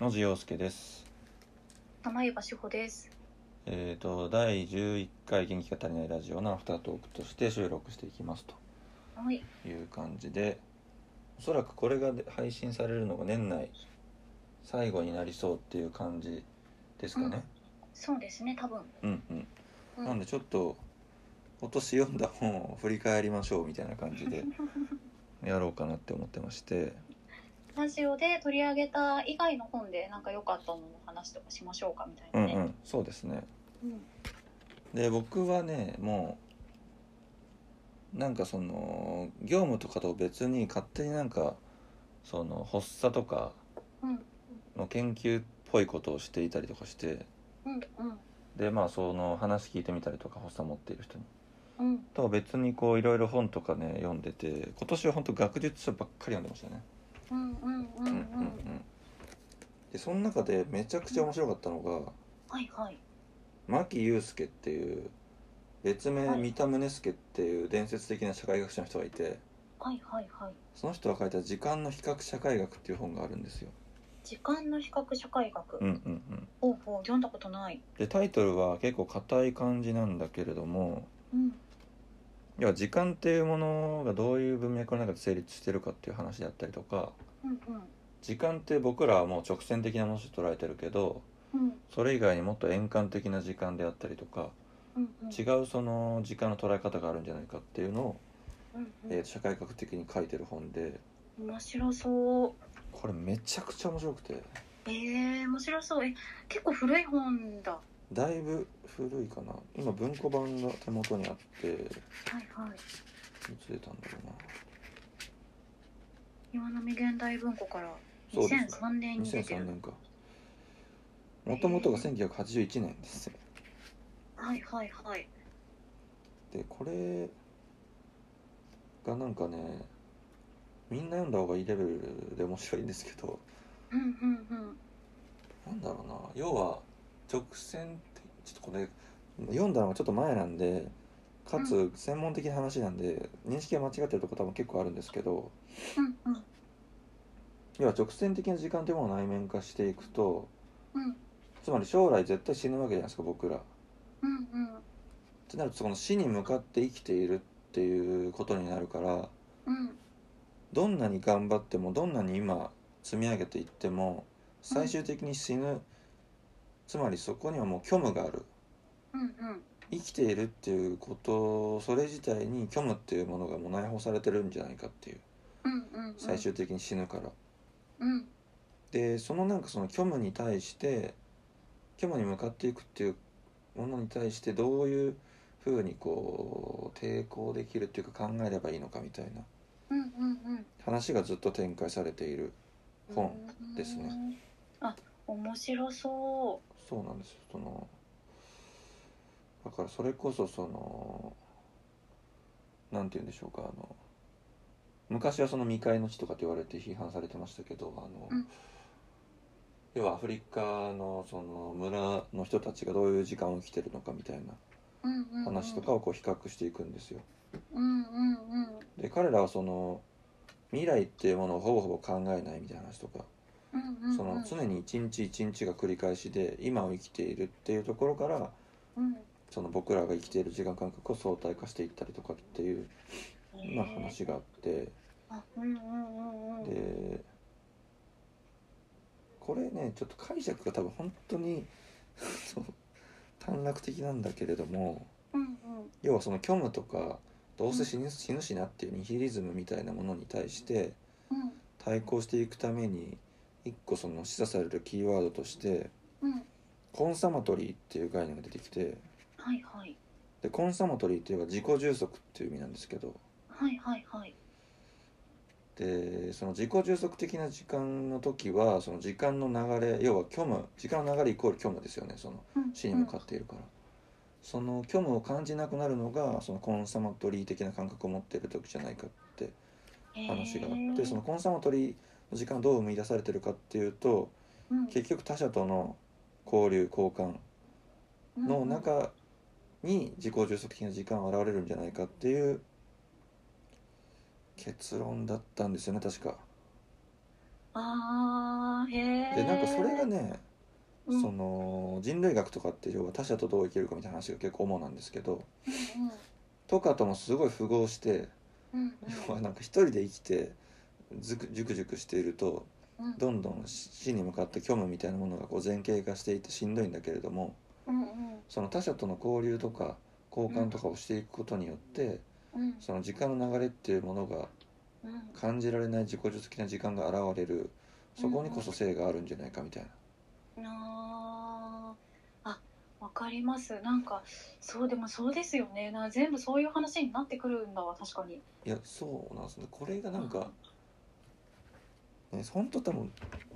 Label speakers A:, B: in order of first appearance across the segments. A: 野津陽介です。
B: 玉岩志保です。
A: えっ、と第11回元気が足りないラジオのアフタートークとして収録していきます
B: はい、
A: という感じで、おそらくこれがで配信されるのが年内最後になりそうっていう感じですかね。
B: そうですね、多分。
A: うんうん。
B: うん
A: なんでちょっと今年読んだ本を振り返りましょうみたいな感じで やろうかなって思ってまして、
B: ラジオで取り上げた以外の本でなんか良かったのの話とかしましょうかみたいうなんね。
A: うん、そうですね。
B: うん
A: で僕はねもうなんかその業務とかと別に勝手になんかその発作とか
B: うん
A: の研究っぽいことをしていたりとかして
B: うんうん
A: でまあその話聞いてみたりとか発作持っている人に
B: うん
A: とは別にこういろいろ本とかね読んでて今年は本当学術書ばっかり読んでましたね。
B: うんうんうんう
A: うんんうんうんでその中でめちゃくちゃ面白かったのが
B: はいはい。
A: 牧祐介っていう別名
B: はい
A: 三田宗介っていう伝説的な社会学者の人がいて
B: はいはいはい。
A: その人が書いた「時間の比較社会学」っていう本があるんですよ。
B: 時間の比較社会学。
A: うんうんうん、
B: ほうほう読んだことない。
A: でタイトルは結構硬い感じなんだけれども
B: うん
A: 要は時間っていうものがどういう文脈の中で成立してるかっていう話であったりとか
B: うん
A: 時間って僕らはもう直線的なものと捉えてるけど
B: うんうん
A: それ以外にもっと円環的な時間であったりとか
B: うんうん
A: 違うその時間の捉え方があるんじゃないかっていうのを、
B: うん
A: えー社会学的に書いてる本で
B: うん。面白そう。
A: これめちゃくちゃ面白くて
B: えー、面白そう。え、結構古い本だ。は
A: だいぶ古いかな今文庫版が手元にあってい
B: いはい。
A: つ出たんだろうな
B: 岩波現代文庫から
A: そうです
B: 2003年に出て
A: 2003
B: る。
A: 年かもともとが1981年ですよ
B: はいはいはい。
A: でこれがなんかねみんな読んだ方がいいレベルで面白いんですけど
B: うんうんうん。
A: なんだろうな要は直線ってちょっとこれ読んだのがちょっと前なんでかつ専門的な話なんで、認識が間違ってるとこ多分結構あるんですけど
B: うんうん
A: 要は直線的な時間というものを内面化していくと
B: うん
A: つまり将来絶対死ぬわけじゃないですか僕ら。っ
B: うんうん
A: てなるとその死に向かって生きているっていうことになるから
B: うん
A: どんなに頑張ってもどんなに今積み上げていっても最終的に死ぬ、つまりそこにはもう虚無がある
B: うんうん
A: 生きているっていうことそれ自体に虚無っていうものがもう内包されてるんじゃないかっていう
B: うんうん
A: 最終的に死ぬから、
B: うん
A: でそのなんかその虚無に対して虚無に向かっていくっていうものに対してどういうふうにこう抵抗できるっていうか考えればいいのかみたいな
B: うんうんうん
A: 話がずっと展開されている本ですね
B: あ面白そ
A: そうなんですよそのだからそれこそそのなんて言うんでしょうかあの昔はその未開の地とかって言われて批判されてましたけどあの、
B: うん
A: 要はアフリカのその村の人たちがどういう時間を生きてるのかみたいな
B: ううんうんうん
A: 話とかをこう比較していくんですよ。
B: うんうんうん
A: で彼らはその未来っていうものをほぼほぼ考えないみたいな話とか
B: うんうん
A: その常に一日一日が繰り返しで今を生きているっていうところから
B: うん
A: その僕らが生きている時間感覚を相対化していったりとかっていう、まあ、
B: へー
A: 話があって
B: あうんうんうんうん
A: でこれねちょっと解釈が多分本当に そう短絡的なんだけれども
B: うん
A: 要はその虚無とかどうせ死ぬ死ぬしなっていうニヒリズムみたいなものに対して
B: うん
A: 対抗していくために一個その示唆されるキーワードとして
B: うんうん
A: コンサマトリーっていう概念が出てきて
B: はいはい
A: でコンサマトリーっていうのは自己充足っていう意味なんですけど
B: はいはいはい
A: でその自己充足的な時間の時はその時間の流れ要は虚無時間の流れイコール虚無ですよねその
B: うん
A: 死に向かっているから、その虚無を感じなくなるのがそのコンサマトリー的な感覚を持っている時じゃないかって
B: うん
A: 話があ
B: へ
A: っ
B: ー
A: てそのコンサマトリーの時間どう生み出されてるかっていうと
B: うん
A: 結局他者との交流交換の中に自己充足的な時間が現れるんじゃないかっていう結論だったんですよね確か。
B: あーへへ
A: で
B: え
A: なんかそれがね、
B: うん
A: その人類学とかって要は他者とどう生きるかみたいな話が結構主なんですけどとかともすごい符合して
B: うんうん
A: 要は なんか一人で生きてずくじゅくじゅくしていると
B: うんうん
A: どんどん死に向かって虚無みたいなものがこう前傾化していってしんどいんだけれども
B: うんうん
A: その他者との交流とか交換とかをしていくことによって
B: うん
A: その時間の流れっていうものが
B: うん
A: 感じられない自己受的な時間が現れるそこにこそ性があるんじゃないかみたいな。
B: なああわかりますなんかそうでもそうですよねな全部そういう話になってくるんだわ確かに
A: いやそうなんですねこれがなんか、ね、本当多分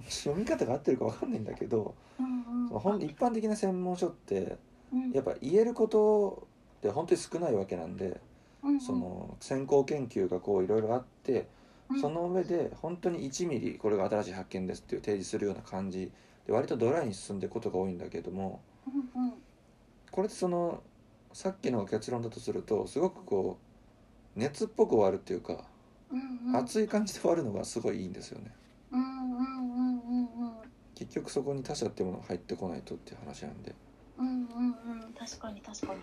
A: 読み方が合ってるかわかんないんだけど
B: うんうん
A: そのほん一般的な専門書って
B: うん
A: やっぱ言えることって本当に少ないわけなんで
B: うんうん
A: その先行研究がこういろいろあって
B: うん
A: その上で本当に1ミリこれが新しい発見ですっていう提示するような感じで割とドライに進んでいくことが多いんだけども
B: うんうん
A: これってそのさっきの結論だとするとすごくこう熱っぽく終わるっていうか
B: うんうん
A: 熱い感じで終わるのがすごいいいんですよね。
B: うんうんうんうんうん
A: 結局そこに他者ってものが入ってこないとっていう話なんで
B: うんうんうん確かに確かに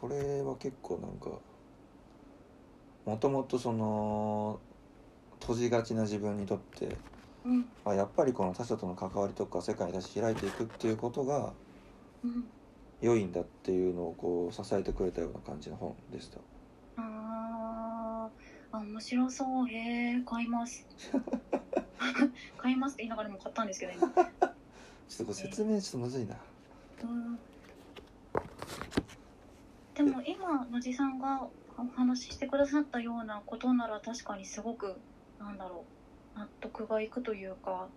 A: これは結構なんかもともとその閉じがちな自分にとって
B: うん
A: あやっぱりこの他者との関わりとか世界に対して開いていくっていうことが
B: うん
A: 良いんだっていうのをこう支えてくれたような感じの本でした
B: あーあ面白そうへえ買います買いますって言いながらも買ったんですけど今
A: ちょっとこれ説明ちょっとむずいな
B: うんでも今野地さんがお話ししてくださったようなことなら確かにすごくなんだろう納得がいくというか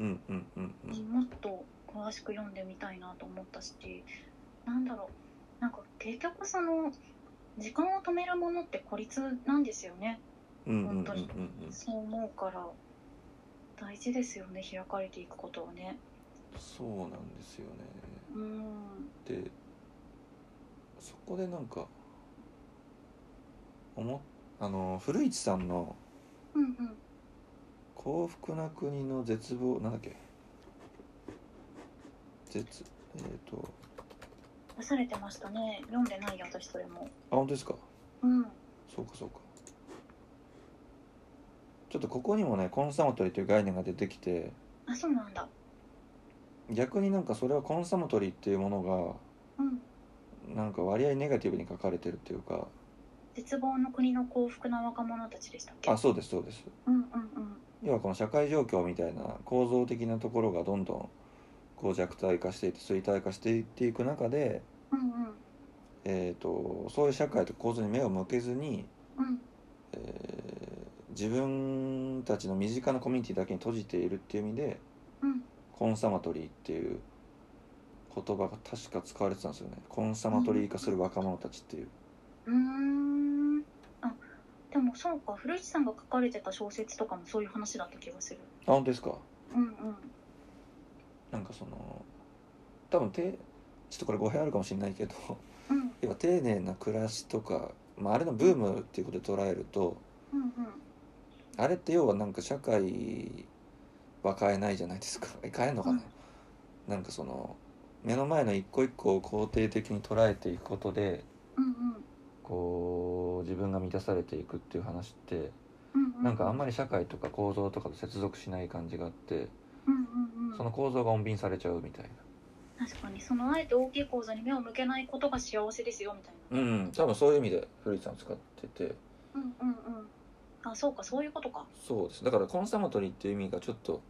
A: うんうんうんうん
B: もっと詳しく読んでみたいなと思ったしなんだろうなんか結局その時間を止めるものって孤立なんですよね
A: うんうんうんうん
B: 本当にそう思うから大事ですよね開かれていくことはね
A: そうなんですよね
B: うん
A: でそこでなんか思っあの古市さんの
B: うんうん
A: 「幸福な国の絶望」なんだっけ絶えっ、と
B: 出されてましたね読んでないよ私それも
A: あ本当ですか
B: うん
A: そうかそうかちょっとここにもねコンサムトリーという概念が出てきて
B: あそうなんだ
A: 逆になんかそれはコンサムトリーっていうもの
B: うん
A: がなんか割合ネガティブに書かれてるっていうか
B: 絶望の国の幸福な若者たちでしたっけ
A: あそうですそうです
B: うんうんうん
A: 要はこの社会状況みたいな構造的なところがどんどんこう弱体化していって衰退化していっていく中で、
B: うんうん
A: えー、とそういう社会と構造に目を向けずに、
B: うん
A: えー自分たちの身近なコミュニティだけに閉じているっていう意味で
B: うん
A: コンサマトリーっていう言葉が確か使われてたんですよねコンサマトリー化する若者たちっていう
B: うーんあでもそうか古市さんが書かれてた小説とかもそういう話だった気がする
A: あ本当ですか
B: うんうん
A: なんかその多分てちょっとこれ語弊あるかもしれないけど
B: うん
A: 要は丁寧な暮らしとか、まあ、あれのブームっていうことで捉えると
B: うん
A: あれって要はなんか社会は変えないじゃないですか え変えんのかな、なんかその目の前の一個一個を肯定的に捉えていくことで
B: うんうん
A: こう自分が満たされていくっていう話って
B: うんうん
A: なんかあんまり社会とか構造とかと接続しない感じがあって
B: うんうんうん
A: その構造が穏便されちゃうみたい
B: 確かにそのあえて大きい構造に目を向けないことが幸せですよみたい
A: な
B: な
A: 多分そういう意味で古市さん使ってて
B: うんうんうんあそうかそういうことか
A: そうですだからコンサマトリーっていう意味がちょっと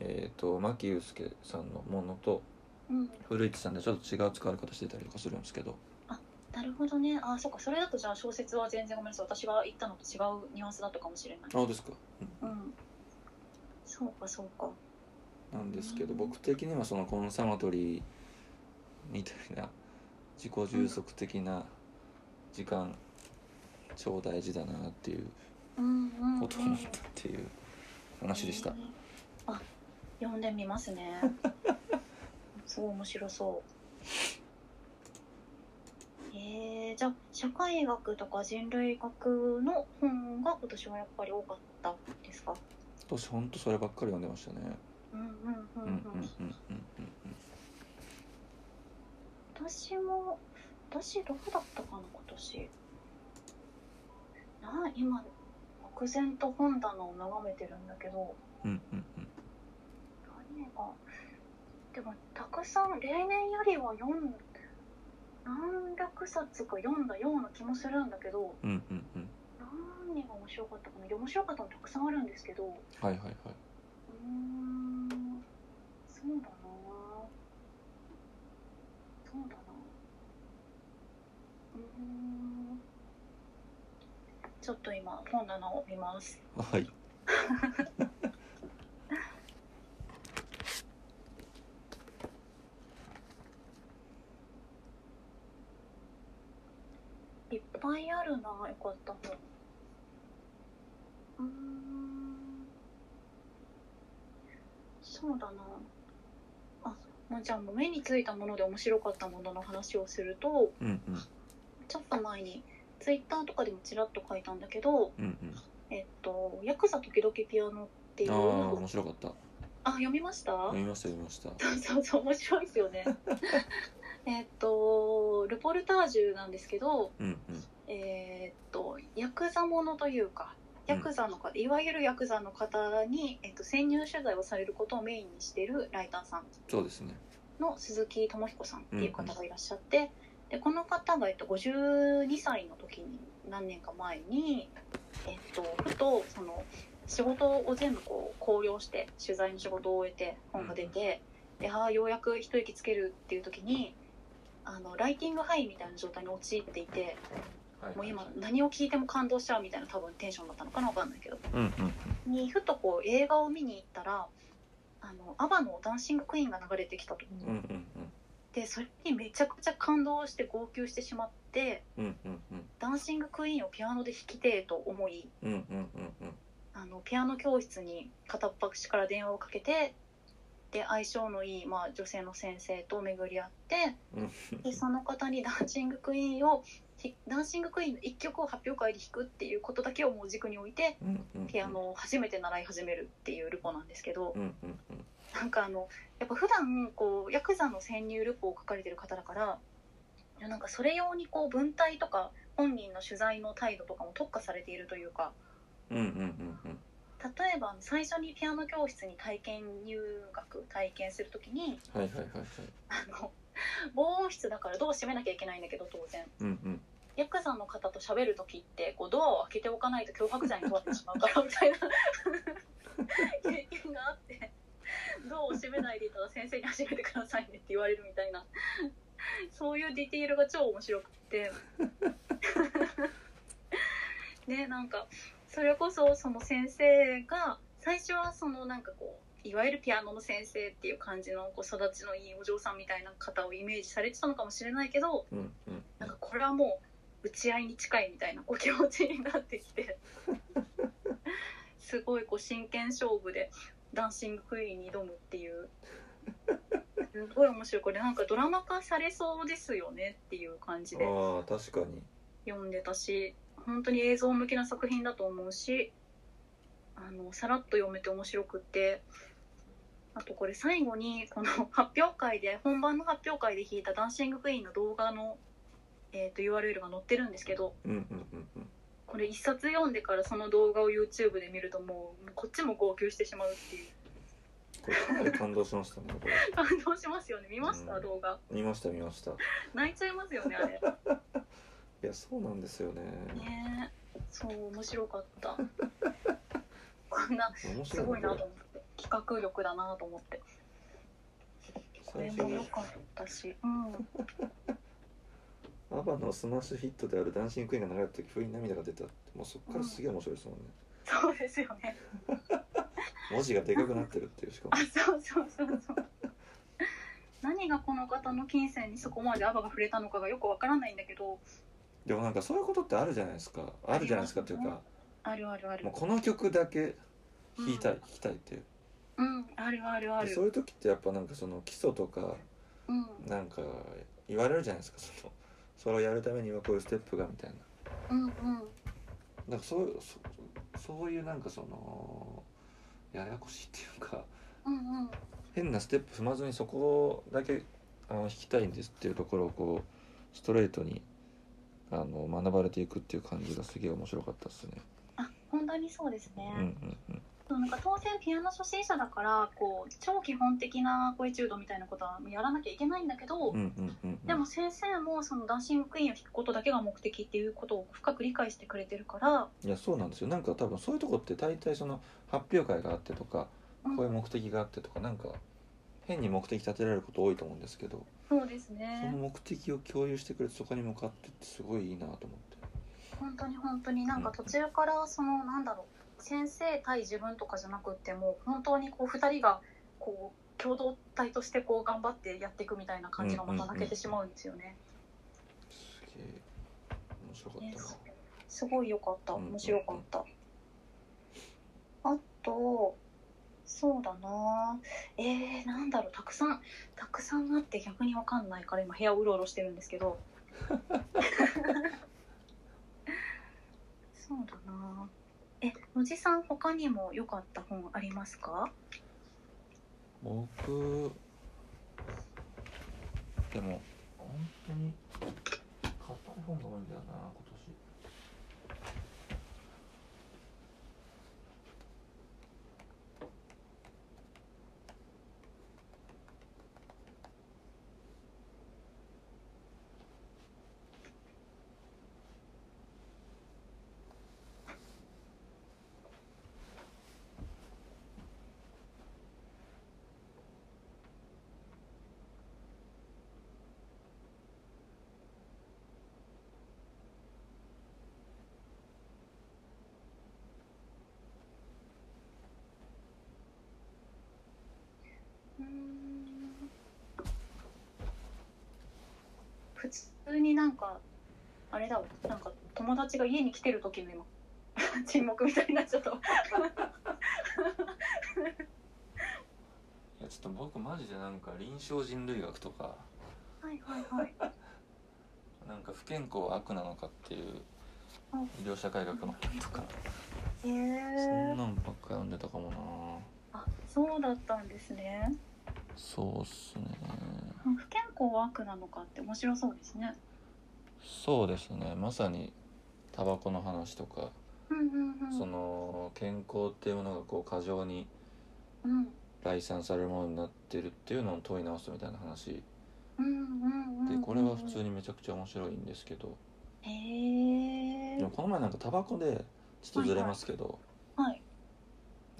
A: えっ、と牧祐介さんのものと
B: うん
A: 古市さんでちょっと違う使われ方してたりとかするんですけど
B: なるほどねあそうかそれだとじゃあ小説は全然ごめんなさい私が言ったのと違うニュアンスだったかもしれない
A: あですか、
B: う
A: うん
B: んそうかそうか
A: なんですけど僕的にはそのコンサマトリーみたいな自己充足的な時間超大事だなっていう
B: うんうん、うん、
A: ことを思ったっていう話でした、
B: あ読んでみま すねすごい面白そうえー、じゃあ社会学とか人類学の本が今年はやっぱり多かったですか
A: 当時ほんとそればっかり読んでましたね
B: うんうんうん
A: う
B: うん
A: うんう
B: ん、
A: んうん
B: 私も私どこだったかな今年なあ今漠然と本棚を眺めてるんだけど
A: うんうんうん
B: 何がでもたくさん例年よりは読ん何百冊か読んだような気もするんだけど
A: うんうんうん
B: 何が面白かったかな面白かったのたくさんあるんですけどう
A: はいはいはい
B: ーんそうだなそうだなうーんちょっと今本棚を見ます
A: はい
B: いっぱいあるなよかった本うーんそうだなあまあじゃあもう目についたもので面白かったものの話をすると
A: うんうん
B: ちょっと前にツイッターとかでもちらっと書いたんだけど
A: うんうん
B: 「えっと、ヤクザ時々ピアノ」っていう
A: ああ
B: あ
A: 面白かった
B: 読みました
A: 読みました読みました
B: そう そうそう面白いで すよねえっとルポルタージュなんですけど、
A: うん
B: えーっとヤクザものというかヤクザの方、いわゆるヤクザの方に、えっと潜入取材をされることをメインにしているライターさん
A: そうですね
B: の鈴木智彦さんっていう方がいらっしゃって、でこの方が、えっと、52歳の時に何年か前に、えっと、ふとその仕事を全部こう考慮して取材の仕事を終えて本が出て、でああようやく一息つけるっていう時にあのライティングハイみたいな状態に陥っていて。
A: はい
B: もう今何を聞いても感動しちゃうみたいな多分テンションだったのかなわかんないけど
A: うんうん
B: にふとこう映画を見に行ったらあのアバの「ダンシング・クイーン」が流れてきたと
A: うんうん
B: でそれにめちゃくちゃ感動して号泣してしまって
A: うんうんうんうん
B: 「ダンシング・クイーン」をピアノで弾きてえと思い
A: うんうんうんうん
B: あのピアノ教室に片っ端から電話をかけてで相性のいい、まあ、女性の先生と巡り合って
A: うん
B: でその方に「ダンシング・クイーン」をひダンシング・クイーンの1曲を発表会で弾くっていうことだけをもう軸に置いて
A: うんうん
B: ピアノを初めて習い始めるっていうルポなんですけど
A: うんうんうん
B: なんかあのやっぱ普段こうヤクザの潜入ルポを書かれてる方だからいやなんかそれ用にこう文体とか本人の取材の態度とかも特化されているというか
A: うんうんうんうん
B: 例えば最初にピアノ教室に体験入学体験するときに
A: はいはいはいはい
B: あの 防音室だからドア閉めなきゃいけないんだけど当然
A: うんうん
B: ヤクザの方と喋る時ってこうドアを開けておかないと脅迫罪に問われてしまうからみたいな 経験があってドアを閉めないでいたら先生に始めてくださいねって言われるみたいなそういうディテールが超面白くて ねなんかそれこそその先生が最初はそのなんかこういわゆるピアノの先生っていう感じのこう育ちのいいお嬢さんみたいな方をイメージされてたのかもしれないけど、
A: うんうん
B: なんかこれはもう打ち合いに近いみたいなお気持ちになってきてすごいこう真剣勝負でダンシングクイーンに挑むっていうすごい面白いこれなんかドラマ化されそうですよねっていう感じで
A: ああ確かに
B: 読んでたし本当に映像向けな作品だと思うしあのさらっと読めて面白くってあとこれ最後にこの 発表会で本番の発表会で弾いた「ダンシング・クイーン」の動画の、えー、と URL が載ってるんですけど
A: うんうんうんうん
B: これ一冊読んでからその動画を YouTube で見るともうこっちも号泣してしまうっていう
A: これかなり感動しましたねこれ
B: 感動しますよね見ました、
A: うん
B: 動画
A: 見ました見ましたい
B: 泣いちゃいますよねあれ
A: やそうなんですよね
B: ねえそう面白かった こんな
A: 面
B: す
A: 白
B: ご
A: い
B: い
A: な
B: な
A: こと
B: 思って企画力だなと思って
A: れ
B: これ
A: 最初
B: も良
A: に
B: かったし、うん、
A: アバのスマッシュヒットであるダンシングクイーンが流れた時不意に涙が出たってもうそこからすげえ面白いですもんね
B: そうですよ ね
A: 文字がでかくなってるっていうしかも
B: あそうそうそうそう何がこの方の金銭にそこまでアバが触れたのかがよくわからないんだけど
A: でもなんかそういうことってあるじゃないですかあるじゃないですかっていうか
B: あるあるある
A: もうこの曲だけ弾いたい
B: うん
A: 弾きたいっていう
B: うんあるあるあ
A: でそう
B: る
A: いう時ってやっぱなんかその基礎とか
B: うん
A: なんか言われるじゃないですかそのそれをやるためにはこういうステップがみたいな
B: うんうん
A: なんかそういうそそういうなんかそのややこしいっていうか
B: うんうん
A: 変なステップ踏まずにそこだけあの弾きたいんですっていうところをこうストレートにあの学ばれていくっていう感じがすげえ面白かったですね。
B: あ本当にそうです
A: う
B: ね
A: ん、うんうん
B: そうなんか当然ピアノ初心者だからこう超基本的なコエチュードみたいなことはやらなきゃいけないんだけど、
A: うんうんうんうん
B: でも先生もそのダンシングクイーンを弾くことだけが目的っていうことを深く理解してくれてるから、
A: いやそうなんですよなんか多分そういうとこって大体その発表会があってとか
B: うん
A: こういう目的があってとかなんか変に目的立てられること多いと思うんですけど
B: そうです
A: その
B: ね
A: 目的を共有してくれてそこに向かってってすごいいいなと思って。
B: 本当に本当になんか途中からそのなんだろう先生対自分とかじゃなくってもう本当にこう2人がこう共同体としてこう頑張ってやっていくみたいな感じがまた泣けてしまうんですよね。
A: すげえ面白かっ
B: ね
A: たな。
B: すごい良かった
A: うん
B: 面白かった、あとそうだなえー、なんだろうたくさんたくさんあって逆にわかんないから今部屋をうろうろしてるんです けどそうだなえおじさん他にも良かった本ありますか
A: 僕でも本当に買った本が多いんだよな今年
B: うーん普通になんかあれだわなんか友達が家に来てる時の今 沈黙みたいになっちゃったわ
A: いやちょっと僕マジでなんか臨床人類学とか
B: はいはいはい
A: なんか不健康は悪なのかっていう
B: うん
A: 医療社会学の本とか
B: へ
A: そん
B: え
A: なんばっか読んでたかもな
B: あそうだったんですね
A: そうっすね
B: うん不健康は悪なのかって面白そうですね
A: そうですねまさにタバコの話とか、
B: うんうんうん
A: その健康っていうものがこう過剰に
B: うん
A: 来産されるものになってるっていうのを問い直すみたいな話で
B: うんうんうんうん
A: これは普通にめちゃくちゃ面白いんですけど
B: へ
A: で
B: え
A: もこの前なんかタバコでちょっとずれますけど
B: はい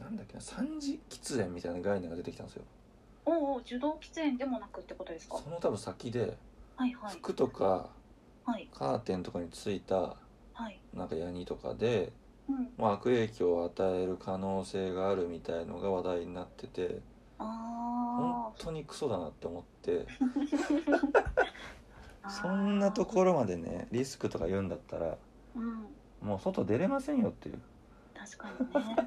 A: なんだっけな三次喫煙みたいな概念が出てきたんですよ
B: おうおう受動喫煙でもなくってことですか
A: その多分先で
B: はいはい
A: 服とか
B: はい
A: カーテンとかについた
B: はい
A: なんかヤニとかで、
B: うん
A: まあ、悪影響を与える可能性があるみたいのが話題になってて
B: あ
A: 本当にクソだなって思って
B: あ
A: そんなところまでねリスクとか言うんだったら
B: うん
A: もう外出れませんよっていう
B: 確かに ね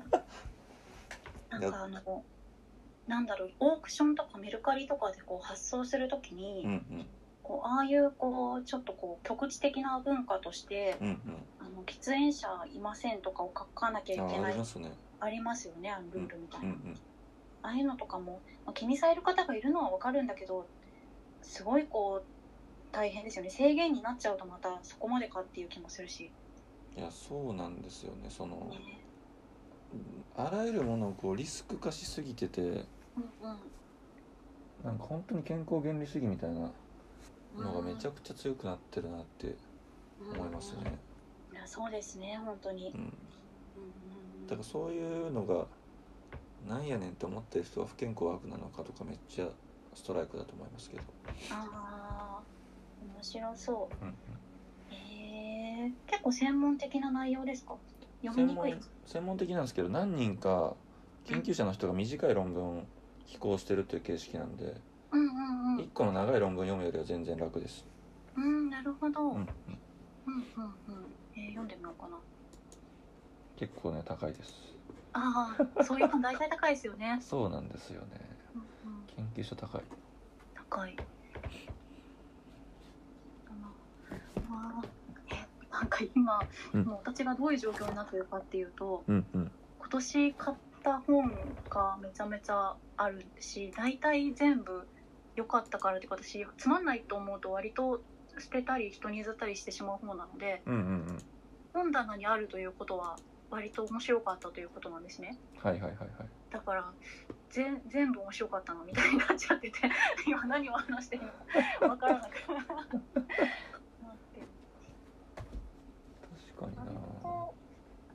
B: なんかあのなんだろうオークションとかメルカリとかでこう発送するときに、
A: うんうん
B: こうああいうこうちょっとこう局地的な文化として
A: うん
B: あの喫煙者いませんとかを書かなきゃ
A: う
B: い
A: ん
B: け
A: ああ
B: な
A: り
B: い
A: ますね
B: ありますよねあのルールみたいな、
A: うんうん
B: ああいうのとかも、まあ、気にされる方がいるのはわかるんだけどすごいこう大変ですよね制限になっちゃうとまたそこまでかっていう気もするし、
A: いやそうなんですよねその
B: ね、
A: あらゆるものをこうリスク化しすぎてて
B: うんうん
A: なんか本当に健康原理主義みたいな
B: うん
A: のがめちゃくちゃ強くなってるなって思いますね、
B: いやそうですね本当に
A: う、ん、
B: うんうんうん
A: だからそういうのがなんやねんって思ってる人は不健康悪なのかとかめっちゃストライクだと思いますけど、
B: あー面白そう
A: うん
B: えー、結構専門的な内容ですか読
A: 専
B: みにくい
A: 門専門的なんですけど何人か研究者の人が短い論文を寄稿してるという形式なんで
B: うんうんう
A: 1
B: ん
A: 個の長い論文読むよりは全然楽です、
B: うんなるほど、うん、
A: うう
B: うん
A: ん
B: うんんえー、読んでみようかな
A: 結構ね高いです
B: ああそういう本大体高いですよ ね、
A: そうなんですよね
B: うんうん、
A: 研究者高い
B: 高いあのわーえなんか今、
A: うん
B: もう私がどういう状況になってるかっていうと
A: うんうん
B: 今年買っった本がめちゃめちゃあるし大体全部良かったからっていうか私つまんないと思うと割と捨てたり人に譲ったりしてしまう方なので
A: うんうんうん
B: 本棚にあるということは割と面白かったということなんですね
A: はいはいはいはい
B: だからぜ全部面白かったのみたいになっちゃってて 今何を話してるのか分からなくなって
A: 確か
B: あ
A: にな
B: と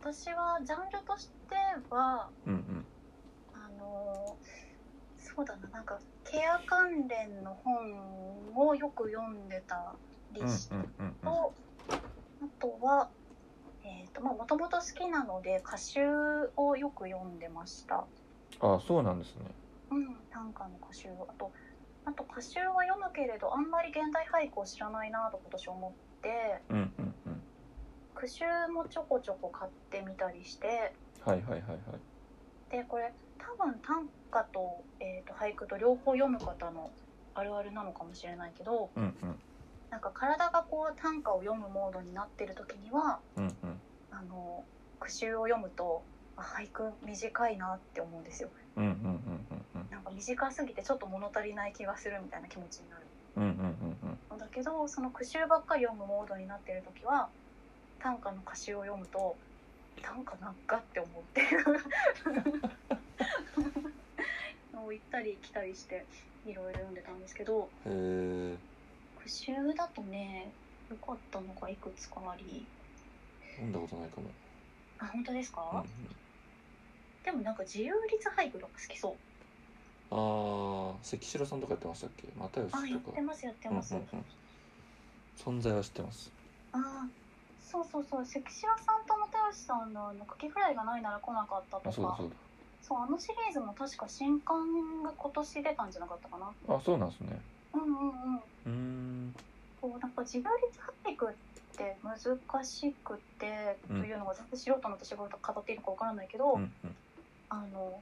B: 私はジャンルとしては
A: うんうん
B: あのーそうだななんかケア関連の本をよく読んでたり
A: うん
B: し
A: う
B: て
A: んうんうん
B: と、あとは、えっ、と、まあ、もともと好きなので、歌集をよく読んでました。
A: ああそうなんですね
B: うん、短歌の歌集を。あと、あと歌集は読むけれど、あんまり現代俳句を知らないなと今年思って、
A: うんうんうん
B: 句集もちょこちょこ買ってみたりして、
A: はいはいはいはい
B: で、これ、多分短歌と,、えー、と俳句と両方読む方のあるあるなのかもしれないけど、
A: うんうん
B: なんか体がこう短歌を読むモードになってる時には、
A: うんうん
B: あの句集を読むとあ俳句短いなって思うんですよ
A: うんうんうんうん
B: なんか短すぎてちょっと物足りない気がするみたいな気持ちになる
A: うんうんうんうん
B: のだけどその句集ばっかり読むモードになってる時は短歌の歌集を読むと短歌なんかって思うっていうのを行ったり来たりしていろいろ読んでたんですけど
A: うんへえ
B: 句集だとね良かったのがいくつかあり
A: 読んだことないかも
B: あ本当です
A: うんう
B: か
A: ん、
B: でもなんか自由律俳句とか好きそう
A: ああ関城さんとかやってましたっけ又吉とか
B: あ、やってます、やって
A: うんうん
B: ます。
A: うん、存在は知ってます
B: ああ、そうそうそう、関白さんと又吉さんの、あの、カキフライがないなら来なかったと
A: あ
B: か。
A: そうだそう
B: そうあのシリーズも確か新刊が今年出たんじゃなかったかな。
A: だあそうなんですね
B: うんうんうん。
A: うーん
B: こう、なんか自由律俳句って難しくて、
A: うん
B: というのが、全然素人の私が語っているのかわからないけど、
A: うんうん
B: あの。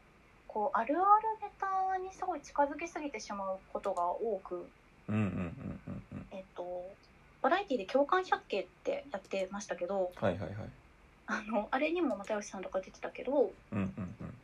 B: こうあるあるネタにすごい近づきすぎてしまうことが多く、
A: うんうんうんうんうん
B: えっと、バラエティで「共感百景」ってやってましたけど、
A: はいはいはい
B: あのあれにも又吉さんとか出てたけど
A: うんうんうん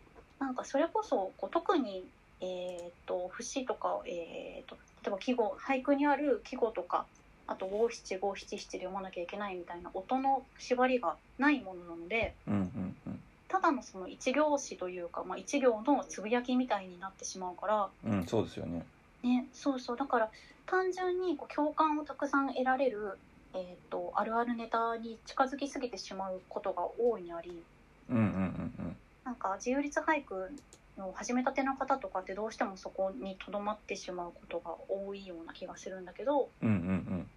B: なんかそれこそこう特に、えー、と節とか、えー、と例えば季語俳句にある季語とかあと五七五七七で読まなきゃいけないみたいな音の縛りがないものなので
A: うんうん
B: ただのその一行詩というか、まあ、一行のつぶやきみたいになってしまうから、
A: うんうんそうですよね
B: ね、そうそうだから単純にこう共感をたくさん得られる、えー、とあるあるネタに近づきすぎてしまうことが大いにあり。
A: うんうんうん
B: なんか自由律俳句の始めたての方とかってどうしてもそこにとどまってしまうことが多いような気がするんだけど
A: うんうんうん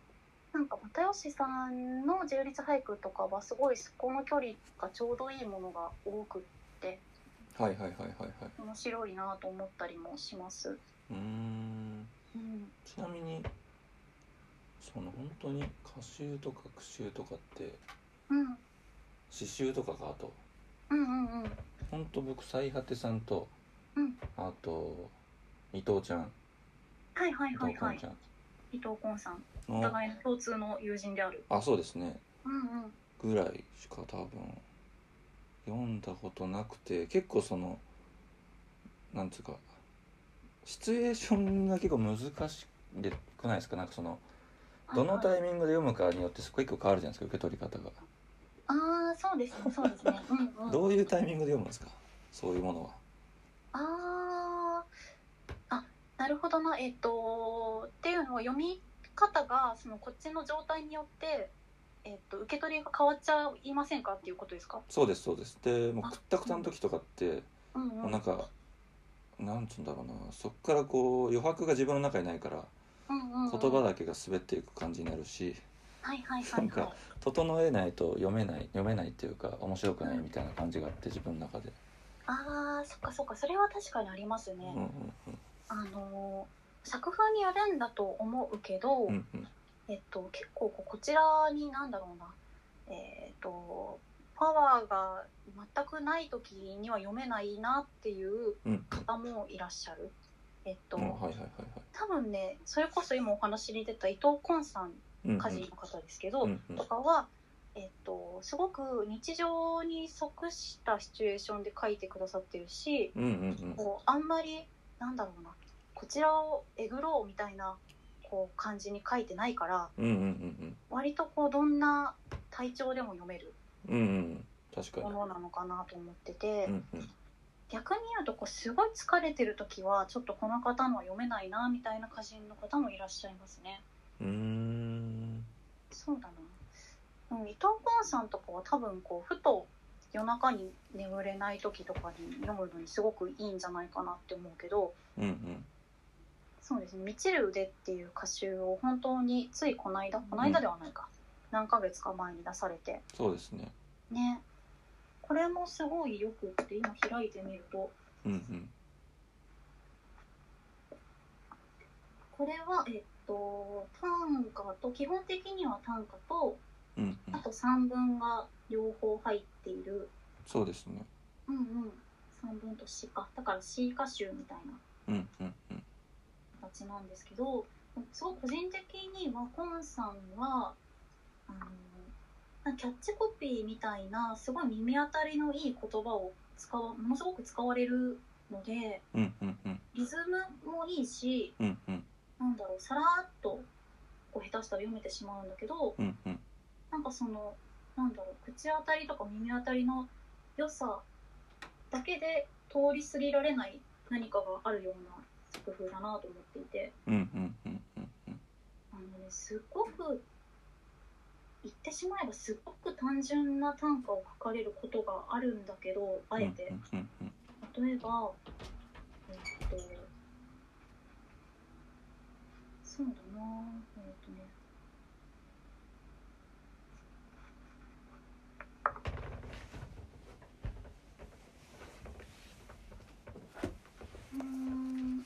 B: なんか又吉さんの自由律俳句とかはすごいそこの距離がちょうどいいものが多く
A: うんはいはいはいはいはい
B: 面白いなと思ったりもします。
A: うーん
B: うん、
A: ちなみにその本当に歌集とか句集とかって
B: うん、
A: 詩集とかかあと
B: うんうんうん
A: 本当僕最果てさんと、
B: うん
A: あと伊藤ちゃん
B: はいはい
A: 伊
B: は
A: 藤
B: いは
A: 君
B: い
A: ちゃん
B: 伊藤昆さん
A: の、
B: お互いの共通の友人である。
A: あそうですね
B: うんうん
A: ぐらいしか多分読んだことなくて結構そのなんつうかシチュエーションが結構難しくないですかなんかそのどの
B: はいはい
A: タイミングで読むかによってすごい結構変わるじゃないですか受け取り方が
B: ああそうですねそうですね。うんうん、
A: どういうタイミングで読むんですかそういうものは
B: あーあなるほどなえっ、とっていうのは読み方がそのこっちの状態によって、えっと受け取りが変わっちゃいませんかっていうことですか、
A: そうですそうですでもう
B: あ
A: くったくたの時とかって
B: うんうん、
A: もうなんかなんつうんだろうなそっからこう余白が自分の中にないから
B: うんうんうん
A: 言葉だけが滑っていく感じになるし
B: はいはいは
A: ないん
B: はい
A: か整えないと読めない読めないっていうか面白くないみたいな感じがあって自分の中で、
B: あーそっかそっかそれは確かにあります
A: うん
B: ね、
A: うん
B: あのー作風によるんだと思うけど、
A: うんうん
B: えっと、結構こうこちらになんだろうな、えっとパワーが全くない時には読めないなっていう
A: うんうん
B: 方もいらっしゃる。えっと、
A: うんはいはいはいはい
B: 多分ねそれこそ今お話に出た伊藤昆さん
A: うんうん
B: 歌人の方ですけど、
A: うんうん
B: とかはえっと、すごく日常に即したシチュエーションで書いてくださってるし、
A: うんうん
B: こうあんまりなんだろうなこちらをえぐろうみたいなこう感じに書いてないから
A: うんうんうんうん
B: 割とこうどんな体調でも読める
A: うんうんうん確かに
B: ものなのかなと思ってて、
A: うんうん
B: 逆に言うとこうすごい疲れてる時はちょっとこの方のは読めないなみたいな歌人の方もいらっしゃいますね。
A: うーん
B: そうだな、うん、伊藤寛さんとかは多分こうふと夜中に眠れない時とかに読むのにすごくいいんじゃないかなって思うけど、
A: うんうん
B: そうですね「満ちる腕」っていう歌集を本当についこの間この間ではないか、何ヶ月か前に出されて
A: そうですね
B: ねこれもすごいよくって今開いてみると
A: うんうん
B: これはえっと短歌と基本的には短歌と
A: うんう
B: あ
A: ん
B: と散文が両方入っている
A: そうですね
B: うんうん散文と詩かだから詩歌集みたいな
A: うんうんうん
B: 形なんですけどすごく個人的にはコンさんはあのなんかキャッチコピーみたいなすごい耳当たりのいい言葉を使わものすごく使われるので
A: うんうんうん
B: リズムもいいし
A: うんうん
B: なんだろうさらっとこう下手したら読めてしまうんだけど
A: うんうん
B: なんかそのなんだろう口当たりとか耳当たりの良さだけで通り過ぎられない何かがあるような工夫だなと思っていて。
A: うんうんうんうんうん
B: あのね、すごく言ってしまえばすごく単純な短歌を書かれることがあるんだけどあえて
A: うんうんうん
B: 例えばえっとそうだなえっとねうーん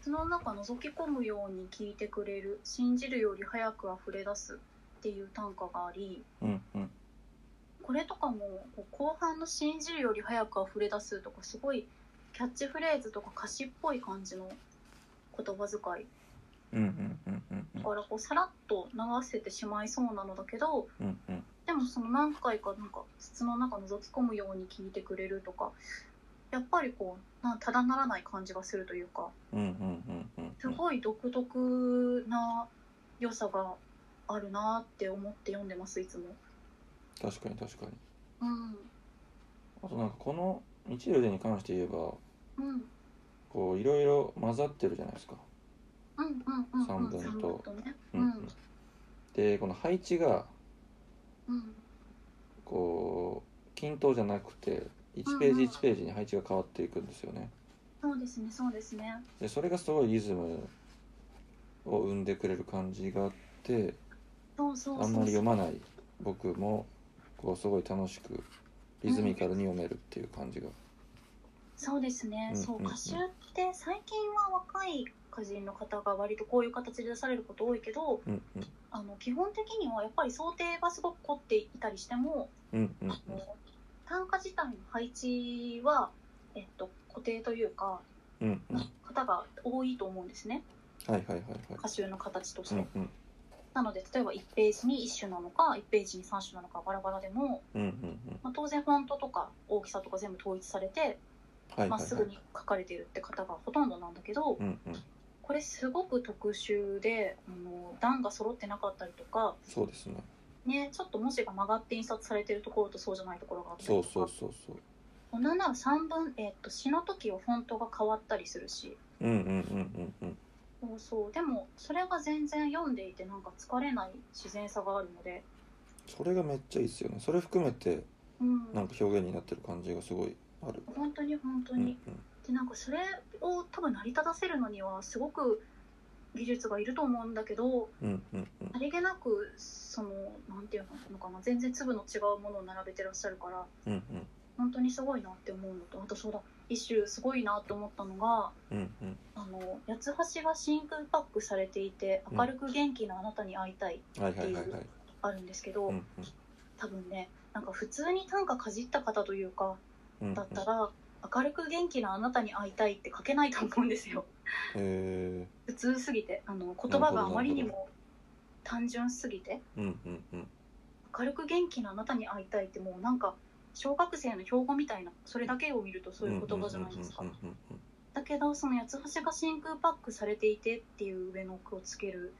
B: 筒の中覗き込むように聞いてくれる信じるより早く溢れ出すっていう短歌があり
A: うんうん
B: これとかもこう後半の「信じるより早く溢れ出す」とかすごいキャッチフレーズとか歌詞っぽい感じの言葉遣い
A: うんうんうんうんうん
B: だからこうさらっと流せてしまいそうなのだけど
A: うんうん
B: でもその何回かなんか筒の中覗き込むように聞いてくれるとかやっぱりこうなただならない感じがするというか。
A: うんうんうんうん
B: すごい独特な良さがあるなって思って読んでますいつも。
A: 確かに確かに
B: うん、
A: あとなんかこの「ミチルデ」に関して言えば
B: うん、
A: こういろいろ混ざってるじゃないですか
B: うん、うん、うん、
A: 三文と
B: 三文とね。う
A: うん
B: ん、
A: でこの配置が
B: うん、
A: こう均等じゃなくて1ページ1ページに配置が変わっていくんですよね
B: そうですね、そうですね。
A: でそれがすごいリズムを生んでくれる感じがあって
B: そうそうそう。
A: あんまり読まない僕もこうすごい楽しくリズミカルに読めるっていう感じが
B: そうですね、
A: うん
B: そう
A: うんうん
B: 歌集って最近は若い歌人の方が割とこういう形で出されること多いけど、
A: うんうん
B: あの基本的にはやっぱり想定がすごく凝っていたりしても、
A: うんうん
B: あの単価自体の配置はえっと固定というか。
A: うんうんうん
B: 方が多いと思うんですね
A: はいはいはいは
B: 歌集の形とし
A: い
B: て、
A: うんうん
B: なので例えば1ページに1種なのか1ページに3種なのかバラバラでも、
A: うんうんうん
B: まあ、当然フォントとか大きさとか全部統一されて
A: はい
B: ま
A: は
B: っ
A: い
B: す
A: は
B: ぐ
A: い
B: に書かれているって方がほとんどなんだけど
A: うんうん
B: これすごく特殊であの段が揃ってなかったりとか、
A: そうですね
B: ね、ちょっと文字が曲がって印刷されてるところとそうじゃないところがあったり
A: そう
B: と
A: そう
B: か
A: そうそう
B: なんなら3分、えっと詩の時はフォントが変わったりするし。
A: うんうんうんうんうん
B: そうそうでもそれが全然読んでいてなんか疲れない自然さがあるので、
A: それがめっちゃいいですよねそれ含めて
B: うん、
A: なんか表現になってる感じがすごいある
B: 本当に本当
A: うんう
B: に、
A: ん
B: でなんかそれを多分成り立たせるのにはすごく技術がいると思うんだけど
A: うんうんうん
B: さりげなくそのなんていうのかな全然粒の違うものを並べてらっしゃるから
A: うん
B: 本当にすごいなって思うのとあとそうだ一種すごいなと思ったのが
A: うんうん
B: あの八つ橋が真空パックされていて
A: うん
B: 明るく元気なあなたに会いたい、
A: うんはいはいはいはい
B: あるんですけど、
A: うんうん
B: 多分ねなんか普通に短歌かじった方というか
A: うんうん
B: だったら明るく元気なあなたに会いたいって書けないと思うんですよ
A: え
B: 普通すぎてあの言葉があまりにも単純すぎて
A: うんうんうん
B: 明るく元気なあなたに会いたいってもうなんか小学生の標語みたいなそれだけを見るとそういう言葉じゃないですか
A: うんうんうんうんうん
B: だけどその八つ橋が真空パックされていてっていう上の句をつける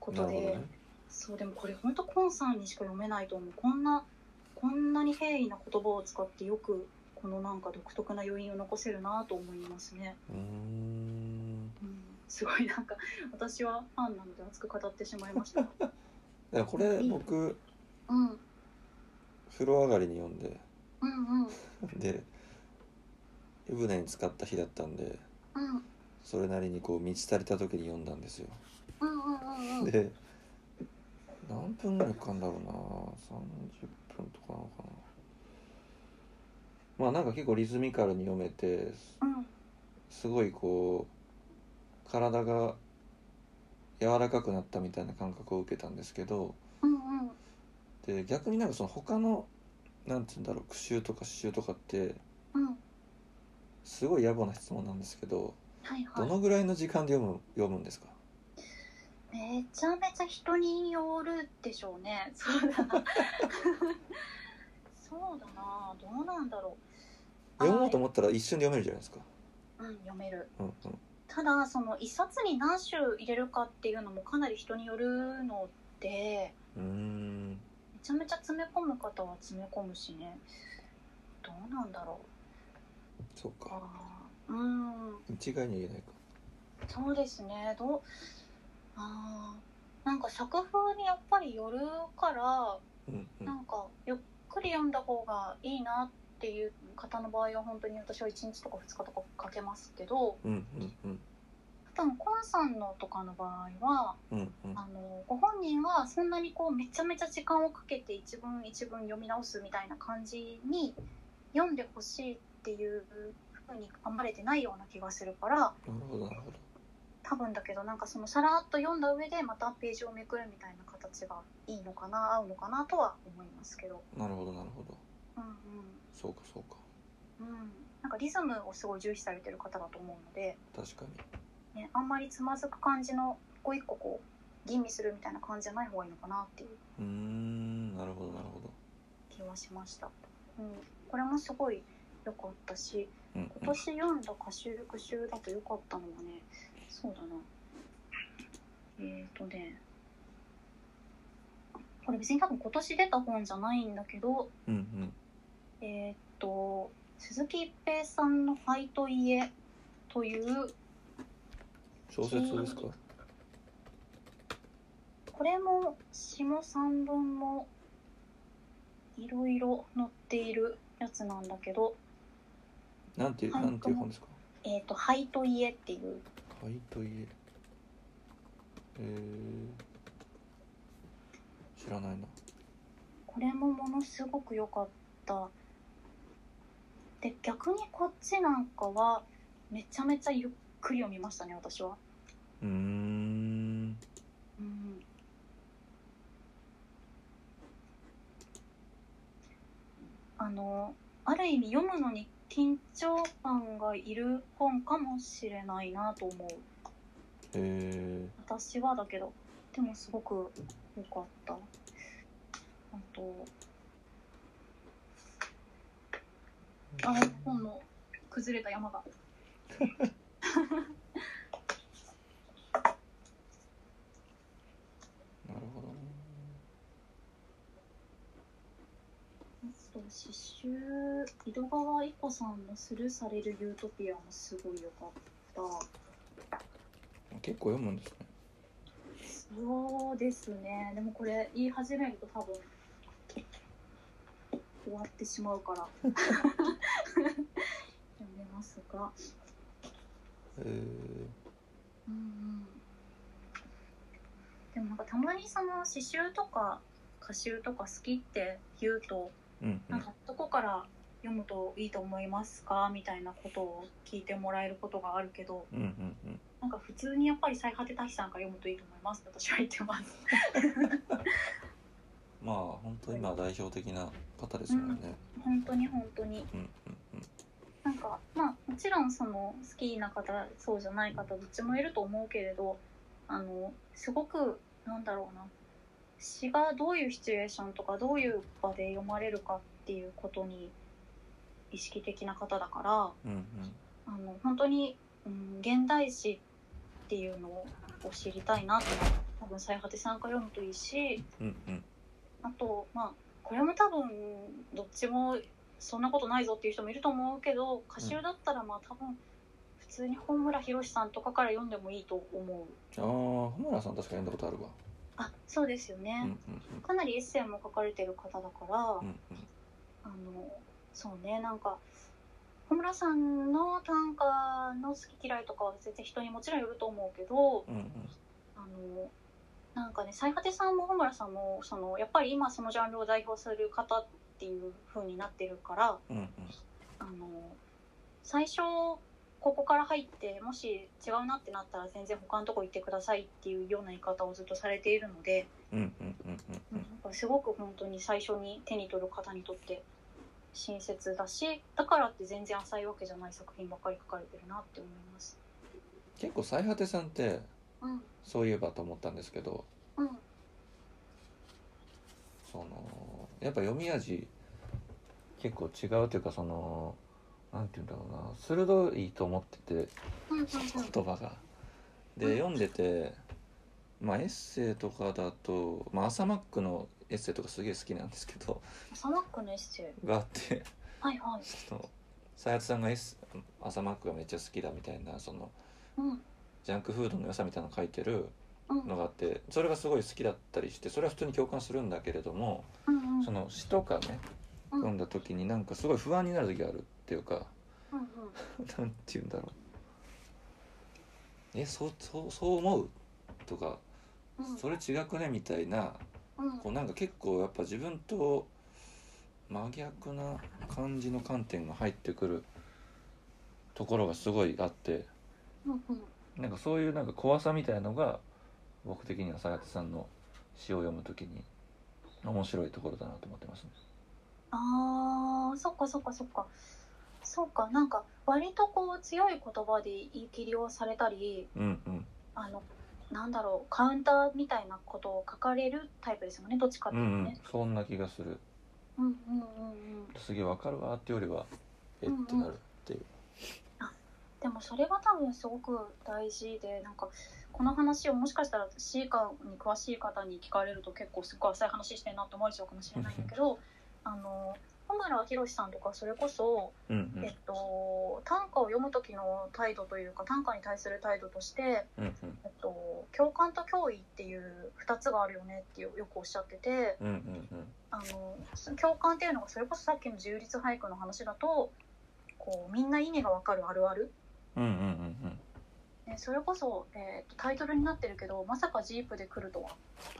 B: ことで、
A: なるほどね
B: そうでもこれ本当コンさんにしか読めないと思うこんなこんなに平易な言葉を使ってよくこのなんか独特な余韻を残せるなと思いますね、
A: うーん
B: うん、すごいなんか私はファンなので熱く語ってしまいました
A: いやこれ僕
B: うんうん
A: 風呂上がりに読んで
B: うん
A: で湯船に浸かった日だったんで
B: うん
A: それなりにこう満ち足りた時に読んだんですよ
B: うんうんうんうん
A: で何分ぐらいかかんだろうな30分とかなのかなまあなんか結構リズミカルに読めてす
B: うん
A: すごいこう体が柔らかくなったみたいな感覚を受けたんですけど
B: うんうん
A: で逆になんかその他のなんて言うんだろう句集とか詩集とかって
B: うん
A: すごい野暮な質問なんですけど
B: はい
A: ど
B: は
A: のぐらいの時間で読む読むんですか
B: いめちゃめちゃ人によるでしょうね そうだなそうだなどうなんだろう
A: 読もうと思ったら一瞬で読めるじゃないですか。
B: あうん読める
A: うんうん
B: ただその一冊に何種入れるかっていうのもかなり人によるので
A: うーん
B: めちゃめちゃ詰め込む方は詰め込むしねどうなんだろ
A: そう
B: う
A: か
B: あーうん
A: 一概には言えないか
B: そうですねどうあーなんか作風にやっぱりよるから
A: うんう
B: なんかゆっくり読んだ方がいいなっていう方の場合は本当に私は1日とか2日とかかけますけど
A: んうんうん
B: 多分コンさんのとかの場合は
A: うんうん
B: あのご本人はそんなにこうめちゃめちゃ時間をかけて一文一文読み直すみたいな感じに読んでほしいっていう風に頑張れてないような気がするから
A: なるほどなるほど
B: 多分だけどなんかそのさらっと読んだ上でまたページをめくるみたいな形がいいのかな合うのかなとは思いますけど。
A: なるほどなるほど
B: うん
A: そうかそうか
B: うんうん、なんかリズムをすごい重視されてる方だと思うので、
A: 確かに
B: ね、あんまりつまずく感じの一個一個こう吟味するみたいな感じじゃない方がいいのかなっていう
A: うーんなるほどなるほど
B: 気はしました、うん、これもすごい良かったし
A: うんうん
B: 今年読んだ歌集句集だと良かったのはねそうだなえっ、ー、とねこれ別に多分今年出た本じゃないんだけど
A: うん
B: えっ、と鈴木一平さんの「灰と家」という
A: 小説ですか
B: これも詩も散文もいろいろ載っているやつなんだけど
A: なんていう
B: はい
A: なんていう本ですか
B: 「えっ、と灰と家」っていう
A: はいといええー、知らないな
B: これもものすごく良かったで逆にこっちなんかはめちゃめちゃゆっくり読みましたね私は
A: うーん
B: うんあのある意味読むのに緊張感がいる本かもしれないなと思う
A: え
B: 私はだけどでもすごく良かったあと
A: ー、
B: あ本の崩れた山が。
A: なるほどね
B: あと詩集井戸川伊子さんの「スルーされるユートピア」もすごい良かった。
A: 結構読むんですね
B: そうですねでもこれ言い始めると多分終わってしまうから やめますが
A: えー、
B: うんうんでもなんかたまにその刺繍とか歌集とか好きって言うと
A: うんう
B: なん
A: ん
B: かどこから読むといいと思いますかみたいなことを聞いてもらえることがあるけど
A: うんうんうん
B: なんか普通にやっぱり最果て滝さんから読むといいと思いますって私は言ってます。
A: まあ本当今代表的な方ですもんね。
B: 本当に本当に
A: うんうんうん。
B: なんかかまあもちろんその好きな方そうじゃない方どっちもいると思うけれどあのすごくなんだろうな詩がどういうシチュエーションとかどういう場で読まれるかっていうことに意識的な方だから
A: うんうん
B: あの本当に、うん、現代史っていうのを知りたいなと多分最果てさんから読むといいし
A: うんうん
B: あとまあこれも多分どっちもそんなことないぞっていう人もいると思うけど歌集だったらまあ多分普通に本村弘さんとかから読んでもいいと思う
A: ああ穂村さん確か読んだことあるわ
B: あそうですよ
A: うんうん
B: ね、
A: うん
B: かなりエッセイも書かれてる方だから、
A: うん
B: あのそうねなんか小村さんの短歌の好き嫌いとかは全然人にもちろんよると思うけど
A: うんうん
B: あのなんかね最果てさんも小村さんもそのやっぱり今そのジャンルを代表する方っていう風になってるから
A: うんうん
B: あの最初ここから入ってもし違うなってなったら全然他のとこ行ってくださいっていうような言い方をずっとされているので、
A: うんうんうんう
B: なんんかすごく本当に最初に手に取る方にとって親切だしだからって全然浅いわけじゃない作品ばっかり書かれてるなって思います。
A: 結構最果てさんって
B: うん
A: そういえばと思ったんですけど
B: うん
A: そのやっぱ読み味結構違うというかそのなんて言うんだろうな鋭いと思ってて
B: うんうん
A: 言葉が。で読んでてまあエッセイとかだと、まあ、朝マックのエッセイとかすげえ好きなんですけど
B: サマックのエッセイ
A: があって
B: はいはい。
A: そのさやつさんがエッセ朝マックがめっちゃ好きだみたいなその
B: うん
A: ジャンクフードの良さみたいなの書いてる
B: うんうん
A: のがあってそれがすごい好きだったりしてそれは普通に共感するんだけれども
B: うんうん
A: その詩とかね
B: うん
A: 読んだ時になんかすごい不安になる時があるっていうか
B: うん
A: なんて言うんだろうえそうそうそう思うとか
B: うん
A: それ違くねみたいな
B: うん
A: こうなんか結構やっぱ自分と真逆な感じの観点が入ってくるところがすごいあって
B: うんうん
A: なんかそういうなんか怖さみたいのが僕的には佐賀さんの詩を読むときに面白いところだなと思ってますね。
B: あーそっかそっかそっかそっかなんか割とこう強い言葉で言い切りをされたり
A: うんうん
B: あのなんだろうカウンターみたいなことを書かれるタイプですよねどっちかって
A: う
B: いうんと
A: うん
B: ね。
A: そんな気がする
B: うんうんうんうん
A: すげえわかるわってよりはえってなるっていう。
B: でもそれが多分すごく大事でなんかこの話をもしかしたらシーカーに詳しい方に聞かれると結構すごい浅い話してんなって思われちゃうかもしれないんだけどあの小村博さんとかそれこそ、
A: うん
B: えっと、短歌を読む時の態度というか短歌に対する態度として、
A: うんうん
B: えっと、共感と脅威っていう2つがあるよねってよくおっしゃってて
A: うんうんうん
B: あの共感っていうのがそれこそさっきの自由律俳句の話だとこうみんな意味がわかるあるある
A: うんうんうんうん
B: ね、それこそ、えーとタイトルになってるけどまさかジープで来るとは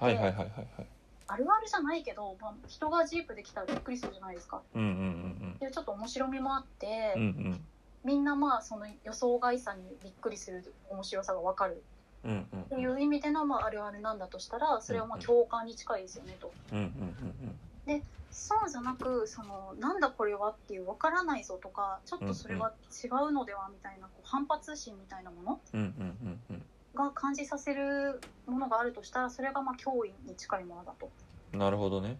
A: はいはいはいはいはい。
B: あるあるじゃないけど、まあ、人がジープで来たらびっくりするじゃないですか
A: うんうん
B: でちょっと面白みもあって、
A: うんうんうん
B: みんなまあその予想外さにびっくりする面白さが分かる
A: うんうん
B: って
A: うん
B: いう意味での、まあ、あるあるなんだとしたらそれはまあ
A: うん
B: 共感に近いですよねと
A: うんうん
B: そうじゃなくそのなんだこれはっていう分からないぞとかちょっとそれは違うのではみたいなこう反発心みたいなもの
A: うんうんうんうん
B: が感じさせるものがあるとしたらそれがまあ脅威に近いものだと。
A: うんなるほどね。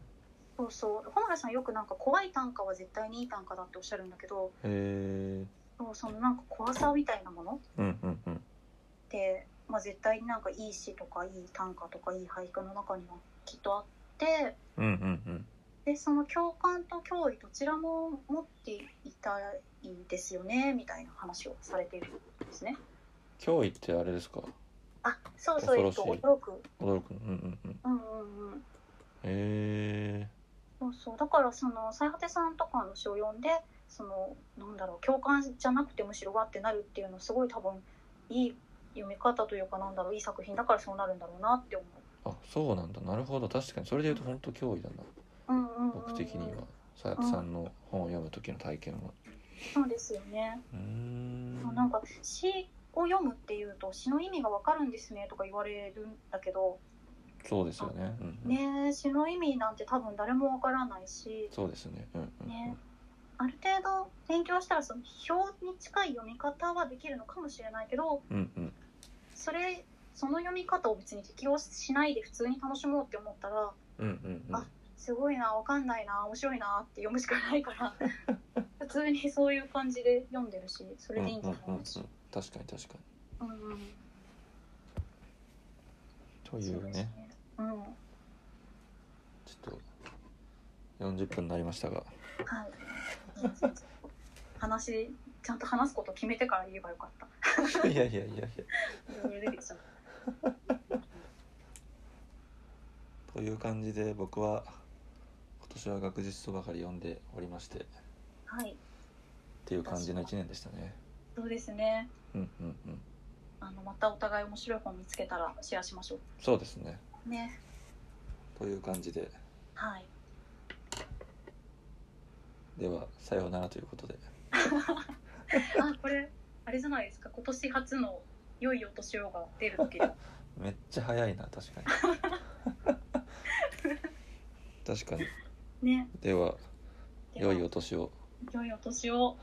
B: そうそう穂村さんよくなんか怖い短歌は絶対にいい短歌だっておっしゃるんだけど
A: へえ。
B: そうそのなんか怖さみたいなものっ
A: うんうんうん
B: て、まあ、絶対になんかいい詩とかいい短歌とかいい俳句の中にはきっとあって
A: うんうん
B: でその共感と脅威どちらも持っていたいですよねみたいな話をされているんですね。
A: うん。脅威ってあれですか。
B: あそうそうえっと
A: 恐ろしい
B: 驚く、
A: 驚く。うんうんうん。
B: うんうんうん、
A: へえ。
B: そうそうだからその最果てさんとかの詩を読んでそのなんだろう共感じゃなくてむしろわってなるっていうのすごい多分いい読み方というかなんだろういい作品だからそうなるんだろうなって思
A: あ、そうなんだ。なるほど。確かにそれで言うと本当脅威だな。
B: う。うんうんうんうん
A: 僕的には。さやかさんの本を読む時の体験は。
B: そうですよね。
A: うーん。
B: そうなんか詩を読むっていうと詩の意味がわかるんですねとか言われるんだけど
A: そうですよね。うんうん。
B: ねえ詩の意味なんて多分誰もわからないし
A: そうですね。うんうんうん。
B: ねある程度勉強したらその表に近い読み方はできるのかもしれないけど
A: うんうん
B: それその読み方を別に適用しないで普通に楽しもうって思ったら
A: うんうんうん
B: あすごいなわかんないな面白いなって読むしかないから 普通にそういう感じで読んでるしそれ
A: うんう
B: で
A: ん
B: いいん
A: う
B: だ
A: ん
B: と思うし。
A: 確かに確かに
B: うんうん
A: という
B: です
A: ね
B: うん、は
A: ちょっと40分になりましたが
B: い。話、ちゃんと話すこと決めてから言えばよかっ た。
A: いやいやいやいや
B: いろいろ出てきちゃった
A: という感じで僕は今年は学術書ばかり読んでおりましてっ
B: はい。
A: ていう感じの1年でしたね
B: そうですね。
A: うんうんうん
B: あの、またお互い面白い本見つけたら、シェアしましょ
A: そうですね
B: う。ね。
A: という感じで
B: はい。
A: ではさようならということで
B: あ、これ、あれじゃないですか。今年初の良いお年をが出る時 だ。
A: めっちゃ早いな確かに 確かに
B: ね。
A: では
B: で
A: 良
B: はい
A: お年を
B: 良いお年を。